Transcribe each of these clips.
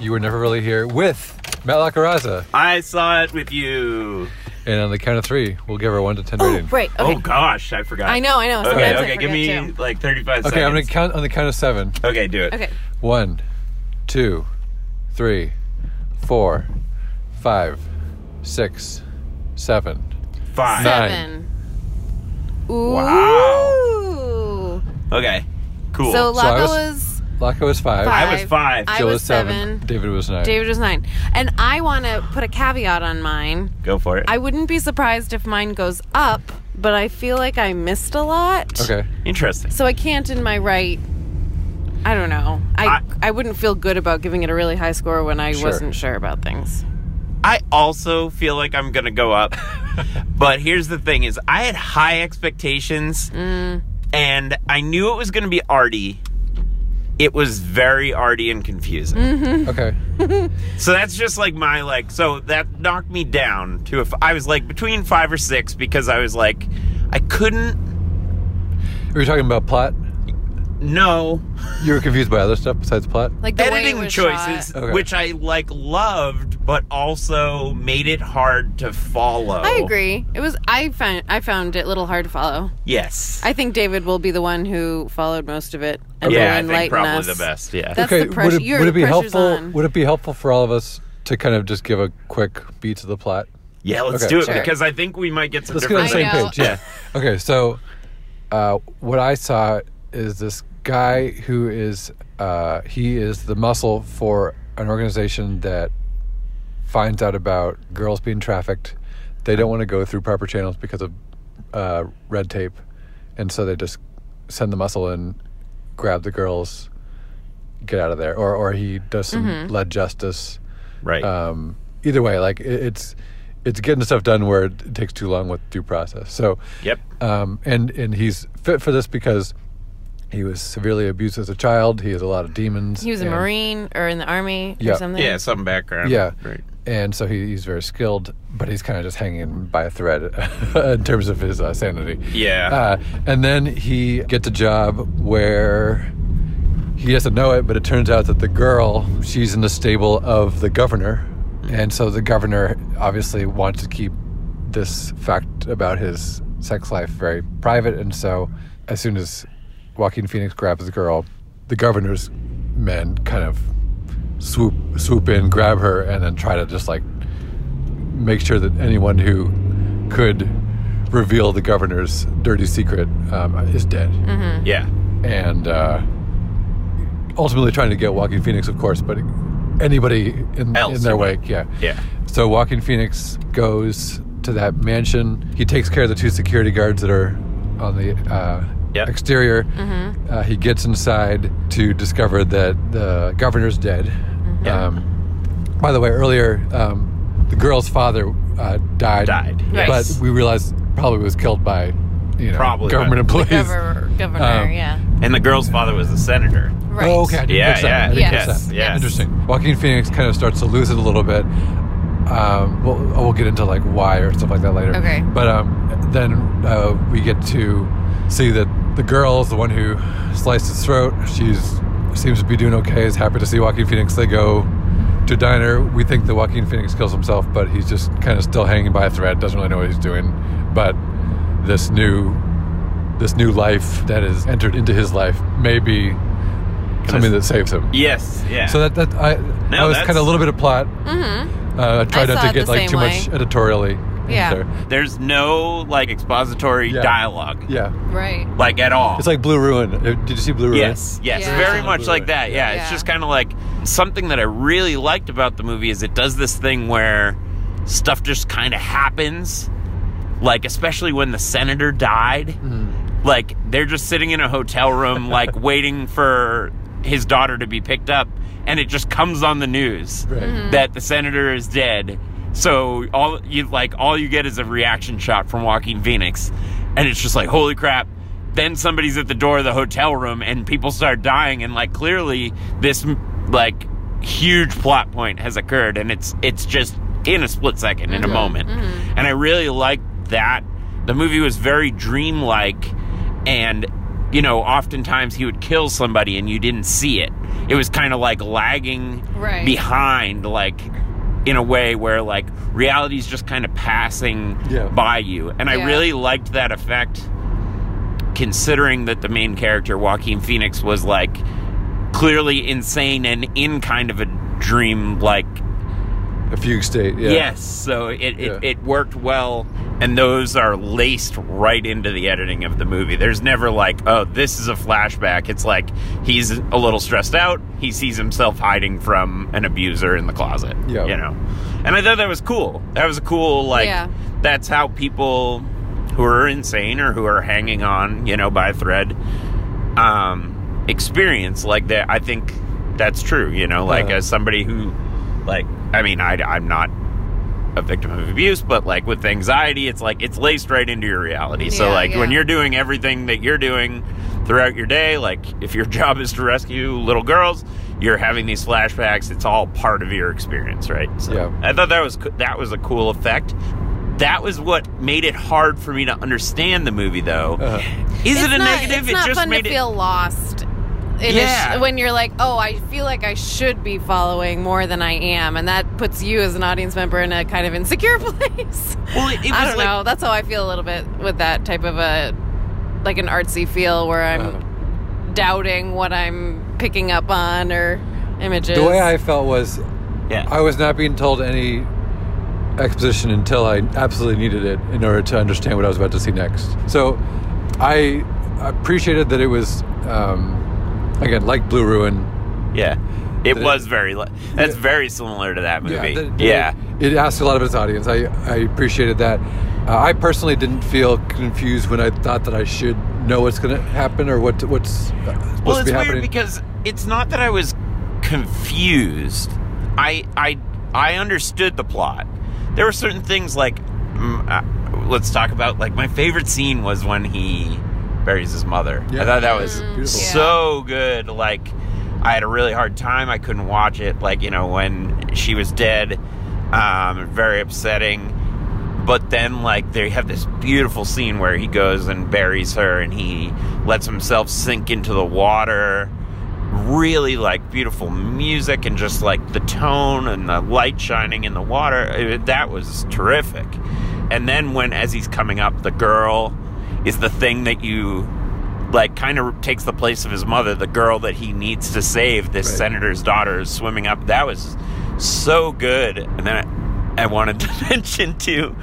You Were Never Really Here with Matt LaCaraza. I saw it with you. And on the count of three, we'll give her a one to 10 rating. right. Oh gosh, I forgot. I know, I know. Sometimes Okay, I okay, give forget, me too. like 35 Okay, I'm going seconds. to count on the count of seven. Okay, do it. Okay. One, two, three, four, five, six, seven. Fine. Nine. Ooh. Wow. Okay. Cool. So So I Lago was- was, Laka was five. Five. I was five. I Jill was was seven. seven. David was nine. David was nine, and I want to put a caveat on mine. Go for it. I wouldn't be surprised if mine goes up, but I feel like I missed a lot. Okay. Interesting. So I can't, in my right. I don't know. I, I I- wouldn't feel good about giving it a really high score when I Sure. wasn't sure about things. I also feel like I'm gonna go up. but here's the thing: is I had high expectations, Mm. and I knew it was gonna be arty. It was very arty and confusing. Mm. Okay. So that's just like my like. So that knocked me down to if I was like between five or six because I was like, I couldn't. Were you talking about plot? know You were confused by other stuff besides plot? Like the way it editing was choices, shot. Okay. which I like loved, but also made it hard to follow. I agree. It was. I found. I found it a little hard to follow. Yes. I think David will be the one who followed most of it and yeah, will I enlighten think probably us. the best. Yeah. That's okay. the pressure. Would it, You're- would it be the pressure's helpful? on. Would it be helpful for all of us to kind of just give a quick beat to the plot? yeah, let's Okay. do it Sure. because I think we might get some Let's get on the different. same I know. page. Yeah. okay. So, uh, what I saw is this guy who is uh, he is the muscle for an organization that finds out about girls being trafficked. They don't want to go through proper channels because of uh, red tape, and so they just send the muscle in, grab the girls, get out of there. Or or he does some lead justice right. um, either way, like it, it's it's getting stuff done where it takes too long with due process. So, yep. um, and and he's fit for this because he was severely abused as a child. He has a lot of demons. He was a and- Marine or in the Army Yeah. or something. Yeah, some background. Yeah. Right. And so he, he's very skilled, but he's kind of just hanging by a thread in terms of his uh, sanity. Yeah. Uh, and then he gets a job where he doesn't know it, but it turns out that the girl, she's in the stable of the governor. And so the governor obviously wants to keep this fact about his sex life very private. And so as soon as Joaquin Phoenix grabs the girl, the governor's men kind of swoop swoop in, grab her, and then try to just like make sure that anyone who could reveal the governor's dirty secret um, is dead. yeah. And uh, ultimately trying to get Walking Phoenix, of course, but anybody in, Else, in their you wake, yeah. Yeah. So Walking Phoenix goes to that mansion. He takes care of the two security guards that are on the uh, Yeah. exterior. Uh, he gets inside to discover that the governor's dead. Yeah. Um, by the way, earlier um, the girl's father uh, died. Died. But we realized probably was killed by you know Probably by- government employees. Governor, governor Um, yeah. And the girl's father was the senator. Right. Oh, okay. I didn't Yeah, catch that. I yeah, didn't yes, catch that. yes. Interesting. Joaquin Phoenix kind of starts to lose it a little bit. Um, we'll, we'll get into like why or stuff like that later. Okay. But um, then uh, we get to see that the girl is the one who sliced his throat. She's seems to be doing okay. Is happy to see Joaquin Phoenix. They go to a diner. We think that Joaquin Phoenix kills himself, but he's just kind of still hanging by a thread. Doesn't really know what he's doing. But this new this new life that has entered into his life may be something that saves him. Yes. Yeah. So that that I I No, was that's- kind of a little bit of plot. Mm-hmm. Uh, I tried I not saw to it get the like same too much way. editorily. Yeah. in there. There's no like expository Yeah. dialogue. yeah. Right. Like at all. It's like Blue Ruin. Uh, Did you see Blue Ruin? Yes, yes, Yeah. very Yeah. much like that. Yeah, Yeah. it's just kind of like something that I really liked about the movie is it does this thing where stuff just kind of happens. Like especially when the senator died, like they're just sitting in a hotel room like waiting for his daughter to be picked up and it just comes on the news Right. Mm-hmm. Mhm. that the senator is dead. So all you like all you get is a reaction shot from Walking Phoenix and it's just like holy crap. Then somebody's at the door of the hotel room and people start dying and like clearly this like huge plot point has occurred and it's it's just in a split 2nd in a moment. And I really liked that. The movie was very dreamlike and you know oftentimes he would kill somebody and you didn't see it it was kind of like lagging Right. behind like in a way where like reality's just kind of passing Yeah. by you and i Yeah. really liked that effect considering that the main character joaquin phoenix was like clearly insane and in kind of a dream like A fugue state. Yeah. yes so it, it, Yeah. it worked well and those are laced right into the editing of the movie there's never like oh this is a flashback it's like he's a little stressed out he sees himself hiding from an abuser in the closet Yeah. you know and i thought that was cool that was a cool like Yeah. that's how people who are insane or who are hanging on you know by a thread um experience like that i think that's true you know like Yeah. as somebody who like i mean I, i'm not a victim of abuse but like with anxiety it's like it's laced right into your reality so Yeah, like when yeah. you're doing everything that you're doing throughout your day like if your job is to rescue little girls you're having these flashbacks it's all part of your experience right so Yeah. i thought that was co- that was a cool effect that was what made it hard for me to understand the movie though Uh, is it's it a not, negative It's it not just fun made to it feel lost. in a Yeah. sh- when you're like, oh, I feel like I should be following more than I am, and that puts you as an audience member in a kind of insecure place. well it, it was I don't like, know. That's how I feel a little bit with that type of a, like an artsy feel where I'm Uh-huh. doubting what I'm picking up on or images. the way I felt was yeah I was not being told any exposition until I absolutely needed it in order to understand what I was about to see next. So I appreciated that it was, um, again, like Blue Ruin. Yeah, it That it- was very. Li- that's Yeah. very similar to that movie. Yeah, that- It, it asked a lot of its audience. I, I appreciated that. Uh, I personally didn't feel confused when I thought that I should know what's going to happen or what what's uh, supposed Well, to it's be weird happening. because it's not that I was confused. I I I understood the plot. There were certain things like, mm, uh, let's talk about like my favorite scene was when he buries his mother. I Yeah. Mm-hmm. thought that was Beautiful. Yeah. so good. Like, I had a really hard time. I couldn't watch it. Like, you know, when she was dead, um, very upsetting. But then, like, they have this beautiful scene where he goes and buries her and he lets himself sink into the water. Really, like, beautiful music and just, like, the tone and the light shining in the water. It- that was terrific. And then, when, as he's coming up, the girl is the thing that you like kind of takes the place of his mother, the girl that he needs to save, this Right. senator's daughter is swimming up. That was so good. And then I, I wanted to mention too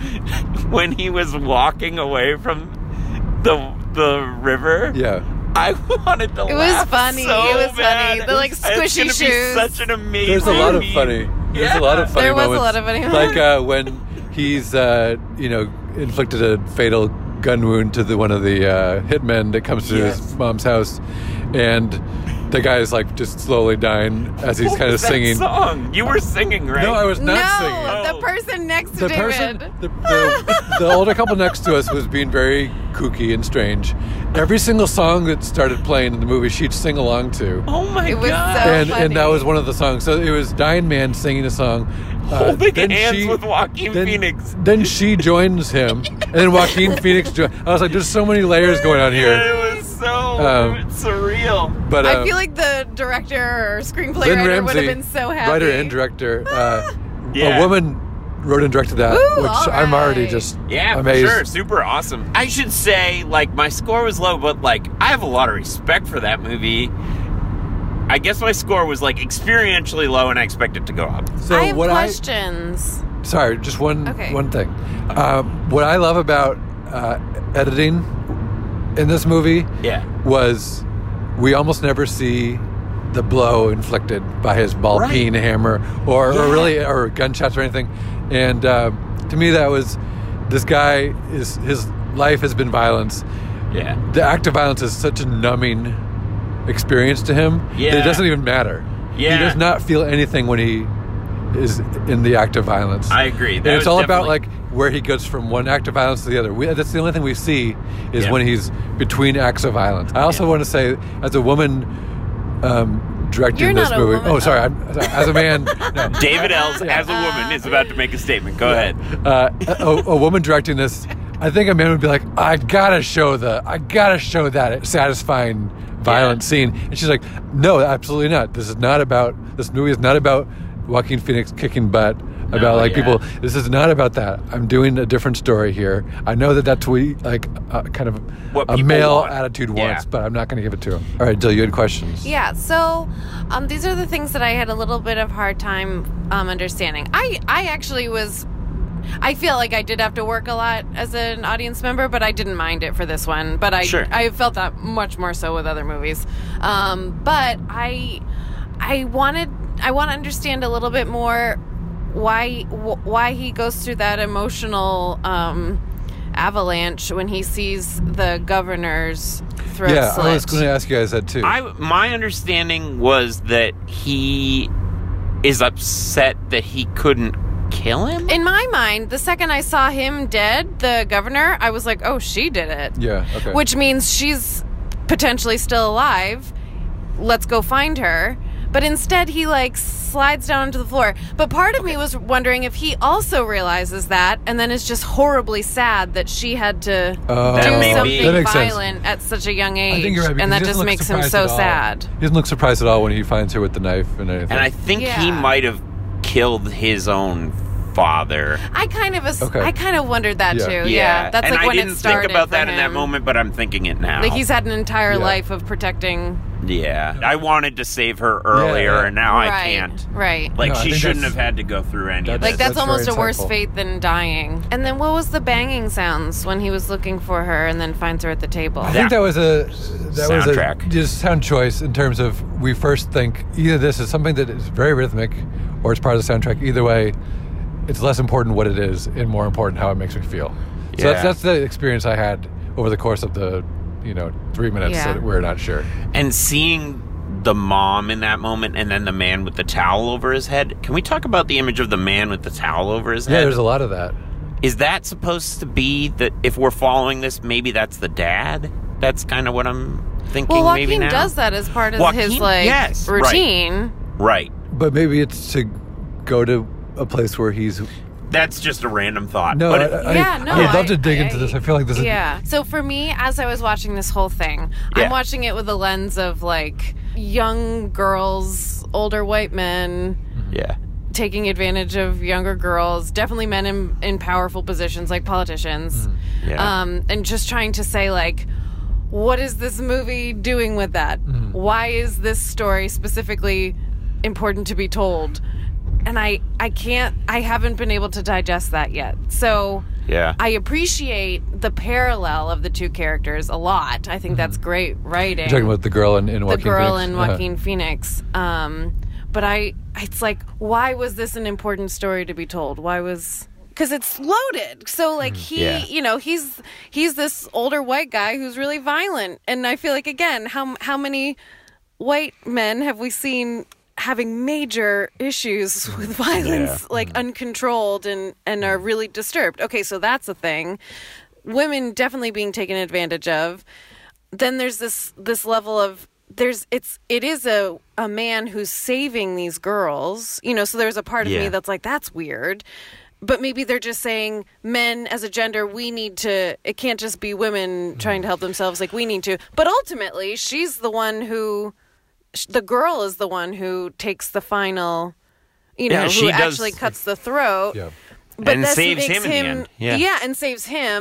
when he was walking away from the the river. yeah. I wanted to It was laugh funny. so It was funny. bad. The, like, It's squishy gonna be shoes. such an amazing. There's a lot of meme. funny. There's Yeah. a lot of funny There was a moments. lot of funny Like uh, when he's, uh, you know, inflicted a fatal gun wound to the one of the uh, hitmen that comes to Yes. his mom's house, and the guy is like just slowly dying as he's What kind of was that singing. song. You were singing, right? No, I was no, not singing. Oh. the person next to The person, David. the, the, the older couple next to us was being very kooky and strange. Every single song that started playing in the movie, she'd sing along to. Oh my It was god! so- and, and that funny. was one of the songs. So it was Dying Man singing a song. Uh, Holding then hands she- with Joaquin then, Phoenix. Then she joins him, and then Joaquin Phoenix joins. I was like, "There's so many layers going on here." It was so Um, surreal. But I um, feel like the director or screenplay Lynn writer Ramsey, would have been so happy. writer and director, uh, Yeah. a woman wrote and directed that, Ooh, which all I'm already right. just Yeah, amazed. for sure. Super awesome. I should say, like, my score was low, but, like, I have a lot of respect for that movie. I guess my score was, like, experientially low, and I expect it to go up. So I have what I questions. sorry, just one Okay. one thing. Um, what I love about uh, editing in this movie Yeah. was we almost never see the blow inflicted by his ball Right. peen hammer or, Yeah. or really or gunshots or anything. And uh, to me, that was this guy is his life has been violence. Yeah. The act of violence is such a numbing experience to him that Yeah. it doesn't even matter. Yeah. He does not feel anything when he is in the act of violence. I agree. And That it's was all about like definitely- where he goes from one act of violence to the other. We, that's the only thing we see is Yeah. when he's between acts of violence. I also Yeah. want to say, as a woman um, directing You're this not a movie, woman. oh sorry, I'm, sorry, as a man, no. David Ells, as a woman, is about to make a statement. Go ahead. Uh, a, a- a woman directing this, I think a man would be like, I gotta show the, I gotta show that satisfying violent Yeah. scene. And she's like, No, absolutely not. This is not about, this movie is not about Joaquin Phoenix kicking butt, about No, like yeah. people, this is not about that. I'm doing a different story here. I know that that's what, he- like, uh, kind of What a people male want. attitude Yeah. wants, but I'm not gonna give it to him. All right, Dill, you had questions. Yeah, so um, these are the things that I had a little bit of hard time um, understanding. I I actually was. I feel like I did have to work a lot as an audience member, but I didn't mind it for this one. But I Sure. I felt that much more so with other movies. Um, but I I wanted I want to understand a little bit more why wh- why he goes through that emotional um, avalanche when he sees the governor's throat Yeah, slit. I was gonna ask you guys that too. I my understanding was that he is upset that he couldn't kill him. In my mind, the second I saw him dead, the governor, I was like, oh, she did it. yeah, okay. Which means she's potentially still alive. Let's go find her. But instead, he like slides down to the floor. But part of me was wondering if he also realizes that and then is just horribly sad that she had to Oh. do That may be. something That makes sense. violent at such a young age. I think you're right. because and that he doesn't just look makes him surprised so at all. sad. He doesn't look surprised at all when he finds her with the knife and anything. and I think he Yeah. might have killed his own father. I kind of as- Okay. I kind of wondered that Yeah. too. Oh, Yeah, that's and like I when didn't it started think about for that in that him. moment, but I'm thinking it now. Like he's had an entire Yeah. life of protecting. yeah, I wanted to save her earlier, yeah. and now right, I can't. Right. Like No, I she think shouldn't that's- have had to go through any of like That's- this. that's, that's almost a very worse insightful. fate than dying. And then what was the banging sounds when he was looking for her and then finds her at the table? I think that was a that was Soundtrack. a just sound choice in terms of we first think either this is something that is very rhythmic or it's part of the soundtrack. Either way, it's less important what it is and more important how it makes me feel. So Yeah. that's that's the experience I had over the course of the you know three minutes Yeah. that we're not sure. and seeing the mom in that moment, and then the man with the towel over his head. Can we talk about the image of the man with the towel over his Yeah, head? there's a lot of that. Is that supposed to be that if we're following this, maybe that's the dad? That's kind of what I'm thinking. well, maybe Joaquin now. does that as part of his Joaquin? like Yes, right. routine. Right. But maybe it's to go to a place where he's That's just a random thought. no. but I, it- I, yeah, no. I would love I- to dig I- into this. I feel like this is Yeah. So for me, as I was watching this whole thing, Yeah. I'm watching it with a lens of like young girls, older white men, yeah. taking advantage of younger girls, definitely men in, in powerful positions like politicians, Yeah. um, and just trying to say, like, what is this movie doing with that? Why is this story specifically important to be told? And I, I can't, I haven't been able to digest that yet. So yeah. I appreciate the parallel of the two characters a lot. I think that's great writing You're talking about the girl in, in the Joaquin girl Phoenix? in Uh-huh. Joaquin Phoenix. Um, but I, it's like, why was this an important story to be told? Why was because it's loaded. So Mm, like he, Yeah. you know, he's he's this older white guy who's really violent, and I feel like again, how how many white men have we seen? having major issues with violence like uncontrolled and and are really disturbed. Okay, so that's a thing. Women definitely being taken advantage of then there's this this level of there's it's it is a a man who's saving these girls you know so there's a part of Yeah. me that's like that's weird but maybe they're just saying men as a gender we need to it can't just be Hmm. women trying to help themselves like we need to but ultimately she's the one who sh- the girl is the one who takes the final you know Yeah, who she does- actually cuts the throat Yeah. but And that saves makes him in the end. Yeah. and saves him.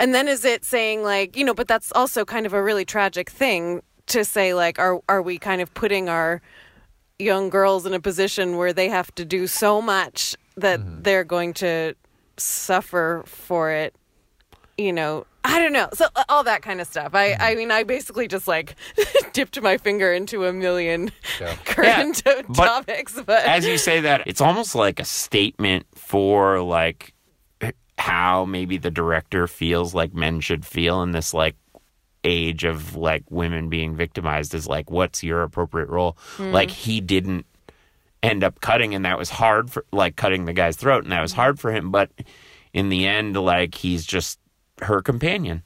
And then is it saying like, you know, but that's also kind of a really tragic thing to say like are are we kind of putting our young girls in a position where they have to do so much that Mm-hmm. they're going to suffer for it, you know. I don't know. So uh, all that kind of stuff. I Mm-hmm. I mean I basically just like dipped my finger into a million Yeah. current Yeah, but- topics, but as you say that, it's almost like a statement for like how maybe the director feels like men should feel in this like age of like women being victimized is like what's your appropriate role like he didn't end up cutting and that was hard for like cutting the guy's throat and that was hard for him but in the end like he's just her companion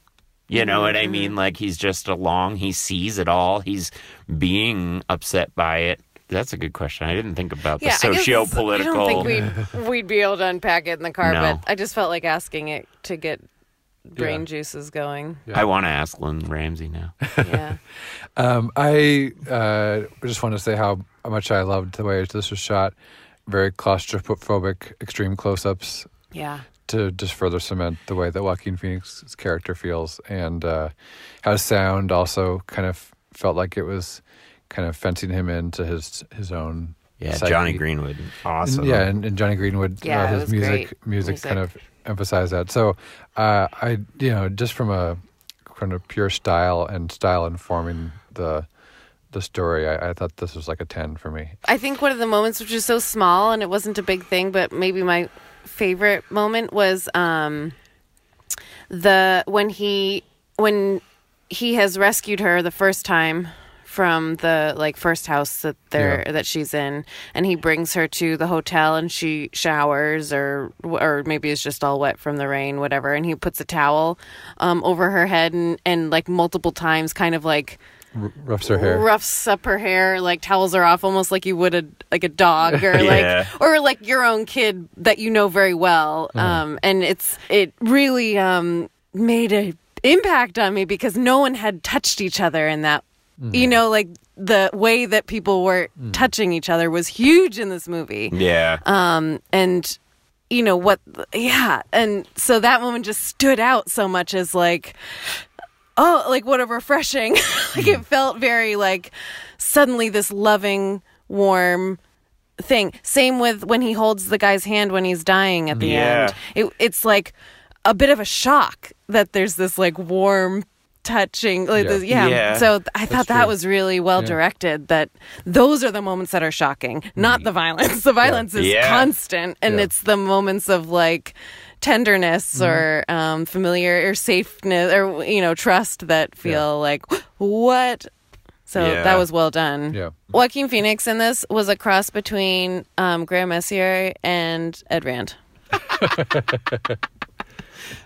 you know what Mm-hmm. i mean like he's just along he sees it all he's being upset by it that's a good question i didn't think about the Yeah, I guess- socio-political I don't think we'd, we'd be able to unpack it in the car, No. but I just felt like asking it to get brain Yeah. juices going. i want to ask lynn ramsey now Yeah. Um, I uh, just want to say how much I loved the way this was shot. Very claustrophobic, extreme close-ups yeah. to just further cement the way that Joaquin Phoenix's character feels, and uh, how sound also kind of felt like it was kind of fencing him into his his own. psyche. greenwood And- awesome Yeah, and, and Johnny Greenwood, Yeah, uh, it his was music, great music kind music. of emphasized that. So, uh, I you know just from a kind of pure style and style informing the the story, I, I thought this was like a ten for me. I think one of the moments which is so small and it wasn't a big thing, but maybe my favorite moment was um the when he when he has rescued her the first time from the like first house that they're Yeah. that she's in and he brings her to the hotel and she showers or or maybe it's just all wet from the rain whatever and he puts a towel um over her head and and like multiple times kind of like R- roughs her hair. roughs up her hair, like towels her off, almost like you would a like a dog or Yeah. like or like your own kid that you know very well. Hmm. Um, and it's it really um made a impact on me because no one had touched each other in that. Hmm. You know, like the way that people were touching each other was huge in this movie yeah um and you know what yeah and so that moment just stood out so much as like oh like what a refreshing like it felt very like suddenly this loving warm thing same with when he holds the guy's hand when he's dying at the Yeah. end it, it's like a bit of a shock that there's this like warm touching like Yeah. this- yeah. Yeah. so th- i thought that true. was really well Yeah. directed that those are the moments that are shocking not the violence the violence is Yeah. constant and Yeah. it's the moments of like tenderness or um, familiar or safeness or you know trust that feel Yeah. like what so Yeah. that was well done Yeah. joaquin phoenix in this was a cross between um, graham messier and ed rand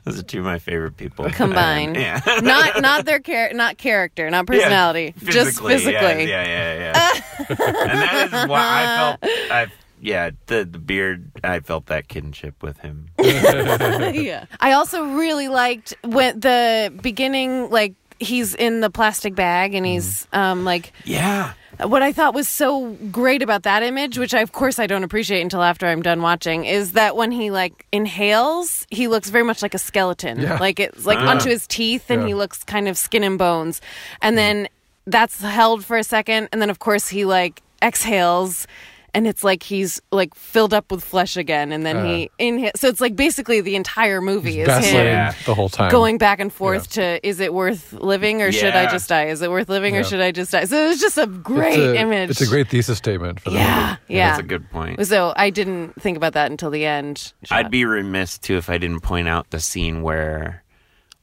those are two of my favorite people combined yeah not not their char- not character not personality Yeah, just physically Yeah, yeah, yeah. yeah. and that is why I felt. I yeah, the the beard. I felt that kinship with him. yeah. I also really liked when the beginning, like he's in the plastic bag and he's um like Yeah, what I thought was so great about that image, which I, of course I don't appreciate until after I'm done watching, is that when he like inhales, he looks very much like a skeleton, Yeah. Ah. like it's like onto his teeth, and Yeah. he looks kind of skin and bones, and then that's held for a second, and then of course he like exhales. And it's like he's like filled up with flesh again, and then he Ah. inhales. So it's like basically the entire movie is Vaseline him Yeah. the whole time. going back and forth to is it worth living or should I Yeah. just die? Is it worth living or Yeah. should I just die? So it was just a great It's a, image. It's a great thesis statement for the yeah, yeah. that's a good point. so I didn't think about that until the end. I'd be remiss too if I didn't point out the scene where,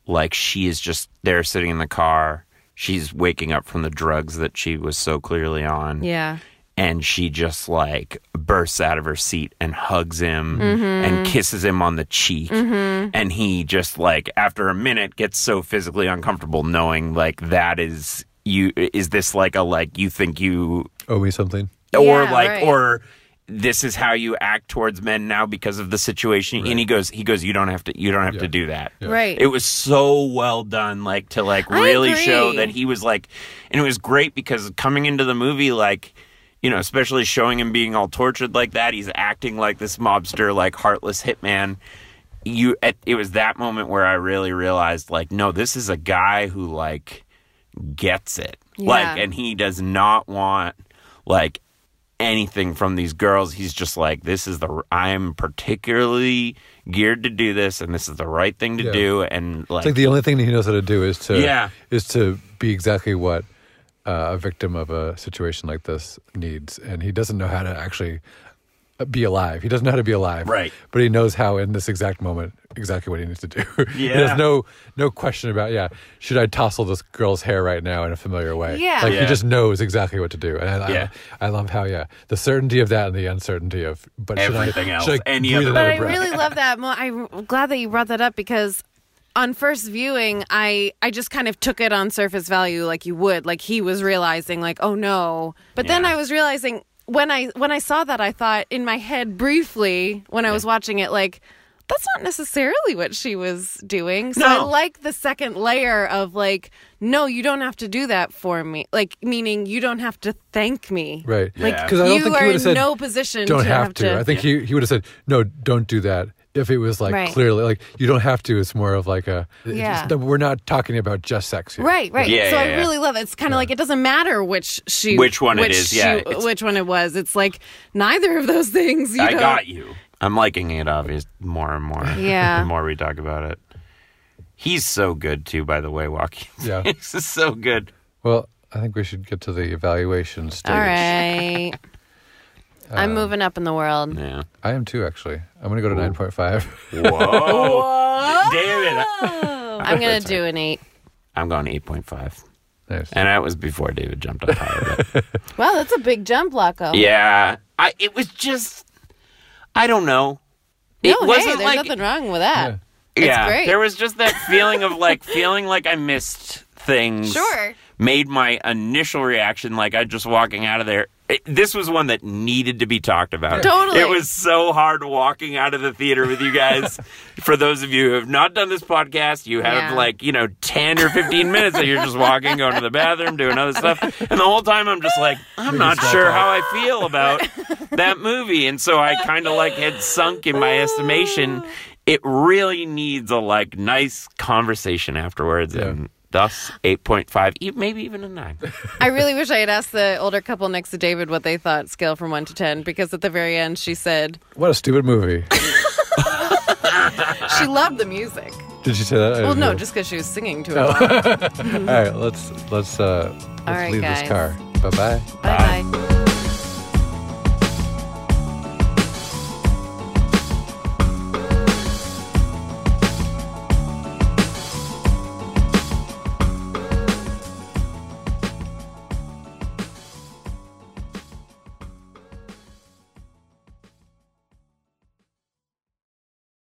like, she is just there sitting in the car. She's waking up from the drugs that she was so clearly on. yeah, and she just like bursts out of her seat and hugs him Mm-hmm. and kisses him on the cheek and he just like after a minute gets so physically uncomfortable knowing like that is you is this like a like you think you Owe me something. or Yeah, like right. or this is how you act towards men now because of the situation and he goes he goes you don't have to you don't have to do that right. it was so well done, like to like I really agree. show that he was like, and it was great because coming into the movie, like, you know, especially showing him being all tortured like that, he's acting like this mobster, like heartless hitman. You, at, it was that moment where I really realized, like, no, this is a guy who like gets it, like, Yeah. and he does not want like anything from these girls. He's just like, this is the I am particularly geared to do this, and this is the right thing to Yeah. do. And like, It's like the only thing that he knows how to do is to Yeah. is to be exactly what uh, a victim of a situation like this needs, and he doesn't know how to actually be alive. He doesn't know how to be alive, Right. But he knows how in this exact moment exactly what he needs to do. Yeah. There's no no question about yeah. Should I tousle this girl's hair right now in a familiar way? Yeah. Like Yeah. he just knows exactly what to do, and I, Yeah. I, I love how yeah the certainty of that and the uncertainty of but should I- Everything else, should I any breathe other- another But I breath? really love that. Mo- I'm glad that you brought that up because on first viewing, I I just kind of took it on surface value, like you would, like he was realizing, like oh no. But then Yeah. I was realizing when I when I saw that, I thought in my head briefly when I was watching it, like. That's not necessarily what she was doing. So I No. like the second layer of like, no, you don't have to do that for me. Like, meaning you don't have to thank me. right Like, Yeah. 'Cause I don't you think he are would in have said no position don't to have, to. I think he, he would have said, no, don't do that. If it was like Right. clearly, like you don't have to, it's more of like a, it's- Yeah. it's- we're not talking about just sex here. Right, right. Yeah, so yeah, I yeah. really love it. It's kind of like it doesn't matter which she, Which one it is, she- yeah, it's- which one it was. It's like neither of those things. You I know? got you. I'm liking it, obvious more and more. Yeah. the more we talk about it, he's so good too. By the way, Walking Yeah. Phoenix is so good. Well, I think we should get to the evaluation stage. All right. I'm moving up in the world. Um, Yeah. I am too, actually. I'm going to go to 9.5. Whoa. Damn it! I'm gonna do an eight. I'm going eight point five, nice. and that was before David jumped on top of it. Wow, that's a big jump, Laco. Yeah, I. It was just. I don't know. No, it wasn't hey, there's like nothing wrong with that. yeah. great. There was just that feeling of like feeling like I missed things. Sure. Made my initial reaction like I just walking out of there. It, this was one that needed to be talked about. Totally. It was so hard walking out of the theater with you guys. For those of you who have not done this podcast, you have Yeah. like, you know, 10 or 15 minutes that you're just walking, going to the bathroom, doing other stuff. And the whole time I'm just like, I'm not sure how I feel about that movie. And so I kind of like had sunk in my estimation. It really needs a like nice conversation afterwards. And thus 8.5, e- maybe even a 9. I really wish I had asked the older couple next to David what they thought scale from one to ten because at the very end she said What a stupid movie. she loved the music. Did you say that? I Well, didn't Uh-huh. no, hear. just because she was singing to it. Oh. All right, let's, let's, uh, let's right, leave guys. this car. Bye bye. Bye bye.